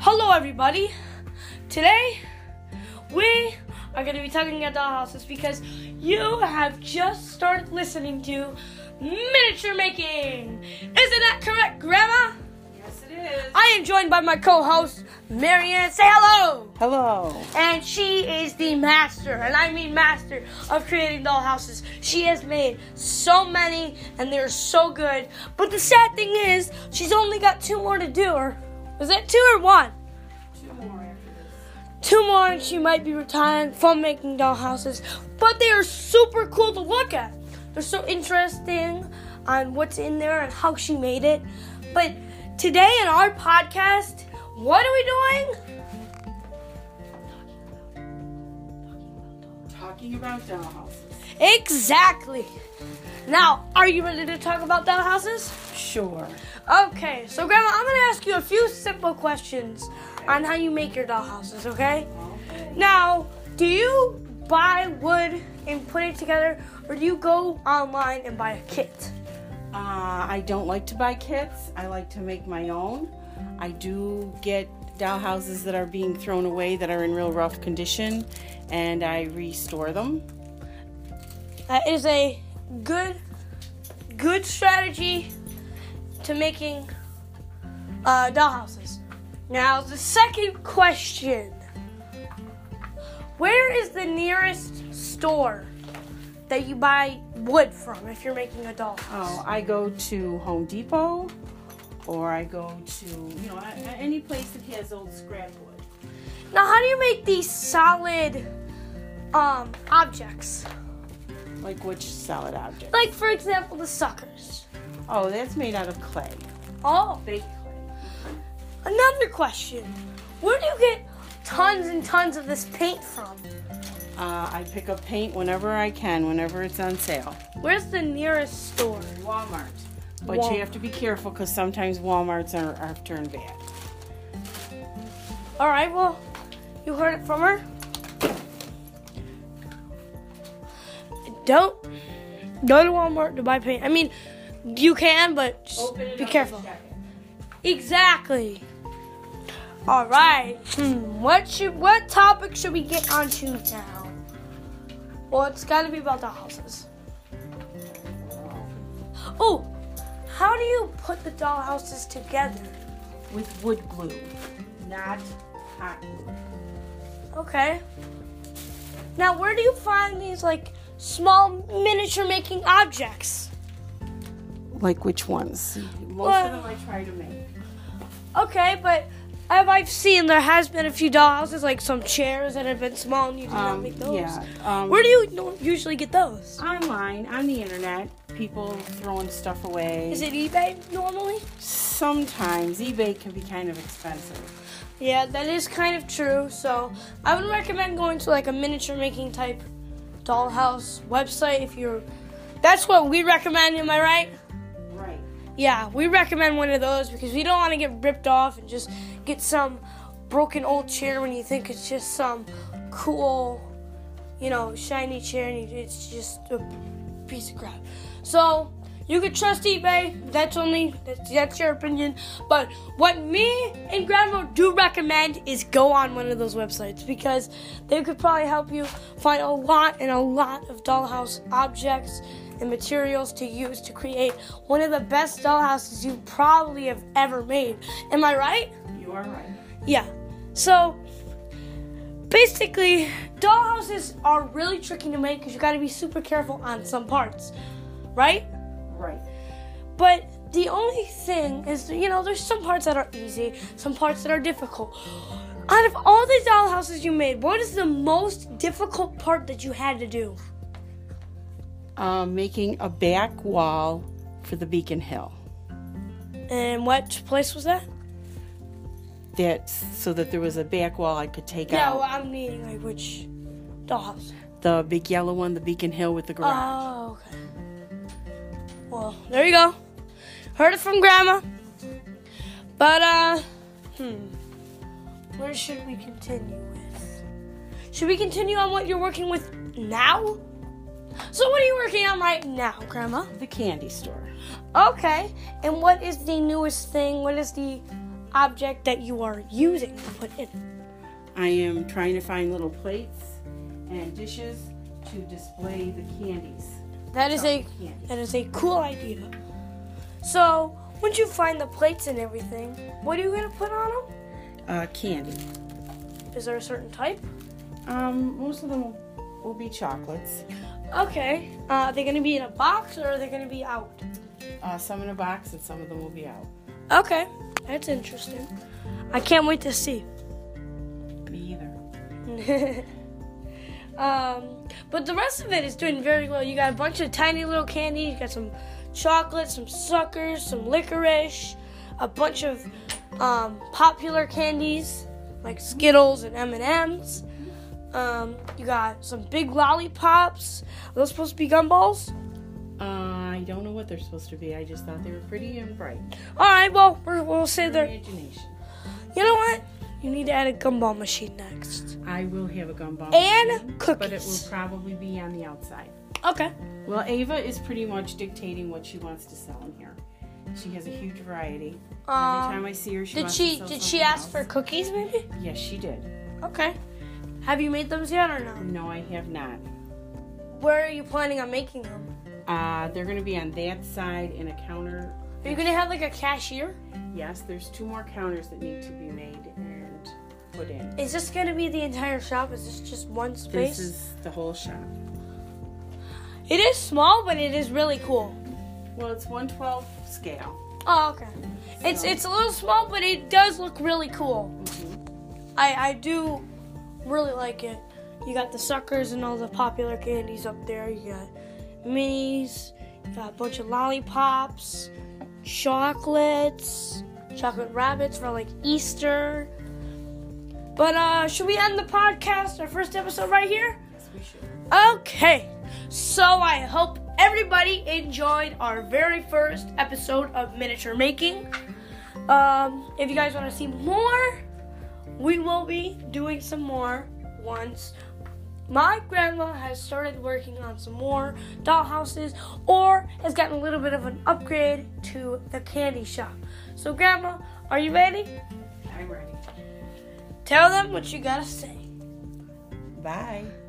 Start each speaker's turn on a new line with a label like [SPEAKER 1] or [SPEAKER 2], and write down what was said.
[SPEAKER 1] Hello, everybody. Today, we are going to be talking about dollhouses because you have just started listening to miniature making. Isn't that correct, Grandma?
[SPEAKER 2] Yes, it is.
[SPEAKER 1] I am joined by my co-host, Marianne. Say hello.
[SPEAKER 2] Hello.
[SPEAKER 1] And she is the master, and I mean master, of creating dollhouses. She has made so many, and they're so good. But the sad thing is, she's only got two more to do. Or was that two or one?
[SPEAKER 2] Two more after this.
[SPEAKER 1] Two more, and she might be retiring from making dollhouses. But they are super cool to look at. They're so interesting on what's in there and how she made it. But today in our podcast, what are we doing?
[SPEAKER 2] Talking about dollhouses.
[SPEAKER 1] Exactly. Now, are you ready to talk about dollhouses?
[SPEAKER 2] Sure.
[SPEAKER 1] Okay, so Grandma, I'm gonna ask you a few simple questions on how you make your dollhouses, okay?
[SPEAKER 2] Okay.
[SPEAKER 1] Now, do you buy wood and put it together, or do you go online and buy a kit?
[SPEAKER 2] Uh, I don't like to buy kits. I like to make my own. I do get dollhouses that are being thrown away that are in real rough condition, and I restore them.
[SPEAKER 1] That is a good, good strategy to making uh, dollhouses. Now, the second question: Where is the nearest store that you buy wood from if you're making a dollhouse?
[SPEAKER 2] Oh, I go to Home Depot, or I go to you know I, I- any place that has old scrap wood.
[SPEAKER 1] Now, how do you make these solid um, objects?
[SPEAKER 2] Like which solid object?
[SPEAKER 1] Like, for example, the suckers.
[SPEAKER 2] Oh, that's made out of clay.
[SPEAKER 1] Oh,
[SPEAKER 2] Fake clay.
[SPEAKER 1] another question. Where do you get tons and tons of this paint from?
[SPEAKER 2] Uh, I pick up paint whenever I can, whenever it's on sale.
[SPEAKER 1] Where's the nearest store?
[SPEAKER 2] Walmart. But
[SPEAKER 1] Walmart.
[SPEAKER 2] you have to be careful because sometimes Walmarts are, are turned bad.
[SPEAKER 1] All right, well, you heard it from her. Don't go to Walmart to buy paint. I mean, you can, but just be careful. Exactly. All right. Hmm. What should what topic should we get onto now? Well, it's got to be about the houses. Oh, how do you put the dollhouses together?
[SPEAKER 2] With wood glue, not hot glue.
[SPEAKER 1] Okay. Now, where do you find these like small miniature making objects?
[SPEAKER 2] Like which ones? Most
[SPEAKER 1] Well-
[SPEAKER 2] of them I try to make.
[SPEAKER 1] Okay, but as I've seen, there has been a few dollhouses, like some chairs that have been small, and you did not
[SPEAKER 2] Um,
[SPEAKER 1] make those.
[SPEAKER 2] yeah, um,
[SPEAKER 1] where do you no- usually get those?
[SPEAKER 2] Online, on the internet, people throwing stuff away.
[SPEAKER 1] Is it eBay normally?
[SPEAKER 2] Sometimes eBay can be kind of expensive.
[SPEAKER 1] Yeah, that is kind of true. So I would recommend going to like a miniature making type dollhouse website if you're. That's what we recommend. Am I right?
[SPEAKER 2] Right.
[SPEAKER 1] Yeah, we recommend one of those because we don't want to get ripped off and just get some broken old chair when you think it's just some cool, you know, shiny chair and you- it's just a piece of crap. So you could trust eBay. That's only that's, that's your opinion. But what me and Grandma do recommend is go on one of those websites because they could probably help you find a lot and a lot of dollhouse objects and materials to use to create one of the best dollhouses you probably have ever made. Am I right?
[SPEAKER 2] You are right.
[SPEAKER 1] Yeah. So basically, dollhouses are really tricky to make because you got to be super careful on some parts, right?
[SPEAKER 2] Right.
[SPEAKER 1] But the only thing is, you know, there's some parts that are easy, some parts that are difficult. Out of all the dollhouses you made, what is the most difficult part that you had to do?
[SPEAKER 2] Um, making a back wall for the Beacon Hill.
[SPEAKER 1] And what place was that?
[SPEAKER 2] that so that there was a back wall I could take
[SPEAKER 1] Yeah,
[SPEAKER 2] out.
[SPEAKER 1] well, I'm meaning like which dollhouse.
[SPEAKER 2] the big yellow one, the Beacon Hill with the garage.
[SPEAKER 1] Oh, okay. Well, there you go. Heard it from Grandma. But, uh, hmm. Where should we continue with? Should we continue on what you're working with now? So, what are you working on right now, Grandma?
[SPEAKER 2] the candy store.
[SPEAKER 1] Okay. And what is the newest thing? What is the object that you are using to put in.
[SPEAKER 2] I am trying to find little plates and dishes to display the candies.
[SPEAKER 1] That is a
[SPEAKER 2] Yeah.
[SPEAKER 1] that is a cool idea. So once you find the plates and everything, what are you gonna put on them?
[SPEAKER 2] Uh, candy.
[SPEAKER 1] Is there a certain type?
[SPEAKER 2] Um, most of them will be chocolates.
[SPEAKER 1] Okay. Uh, are they gonna be in a box or are they gonna be out?
[SPEAKER 2] Uh, some in a box and some of them will be out.
[SPEAKER 1] Okay, that's interesting. I can't wait to see.
[SPEAKER 2] Me either.
[SPEAKER 1] um, but the rest of it is doing very well. You got a bunch of tiny little candies. You got some chocolate, some suckers, some licorice, a bunch of um, popular candies like Skittles and M and M's. Um, you got some big lollipops. Are those supposed to be gumballs?
[SPEAKER 2] Uh, I don't know what they're supposed to be. I just thought they were pretty and bright.
[SPEAKER 1] All right. Well, we're, we'll say they're.
[SPEAKER 2] Imagination.
[SPEAKER 1] You know what? You need to add a gumball machine next.
[SPEAKER 2] I will have a gumball.
[SPEAKER 1] And
[SPEAKER 2] machine, But it
[SPEAKER 1] cookies.
[SPEAKER 2] will probably be on the outside.
[SPEAKER 1] Okay.
[SPEAKER 2] Well, Ava is pretty much dictating what she wants to sell in here. She has a huge variety. Every
[SPEAKER 1] Um,
[SPEAKER 2] time I see her, she
[SPEAKER 1] did
[SPEAKER 2] wants
[SPEAKER 1] she
[SPEAKER 2] to sell
[SPEAKER 1] did she
[SPEAKER 2] something
[SPEAKER 1] ask for
[SPEAKER 2] else.
[SPEAKER 1] cookies maybe?
[SPEAKER 2] Yes, she did.
[SPEAKER 1] Okay. Have you made those yet or no?
[SPEAKER 2] No, I have not.
[SPEAKER 1] Where are you planning on making them?
[SPEAKER 2] Uh, they're going to be on that side in a counter.
[SPEAKER 1] Are you gonna have like a cashier?
[SPEAKER 2] Yes, there's two more counters that need to be made and put in.
[SPEAKER 1] Is this gonna be the entire shop? Is this just one space?
[SPEAKER 2] This is the whole shop.
[SPEAKER 1] It is small, but it is really cool.
[SPEAKER 2] Well, it's 112 scale.
[SPEAKER 1] Oh, okay. It's it's a little small, but it does look really cool. I I do really like it. You got the suckers and all the popular candies up there. You got minis. You got a bunch of lollipops, chocolates, chocolate rabbits for like Easter. But uh, should we end the podcast, our first episode right here?
[SPEAKER 2] Yes, we should.
[SPEAKER 1] Okay, so I hope everybody enjoyed our very first episode of miniature making. Um, if you guys want to see more, we will be doing some more once my grandma has started working on some more dollhouses or has gotten a little bit of an upgrade to the candy shop. So, Grandma, are you ready?
[SPEAKER 2] I'm ready.
[SPEAKER 1] Tell them what you gotta say.
[SPEAKER 2] Bye.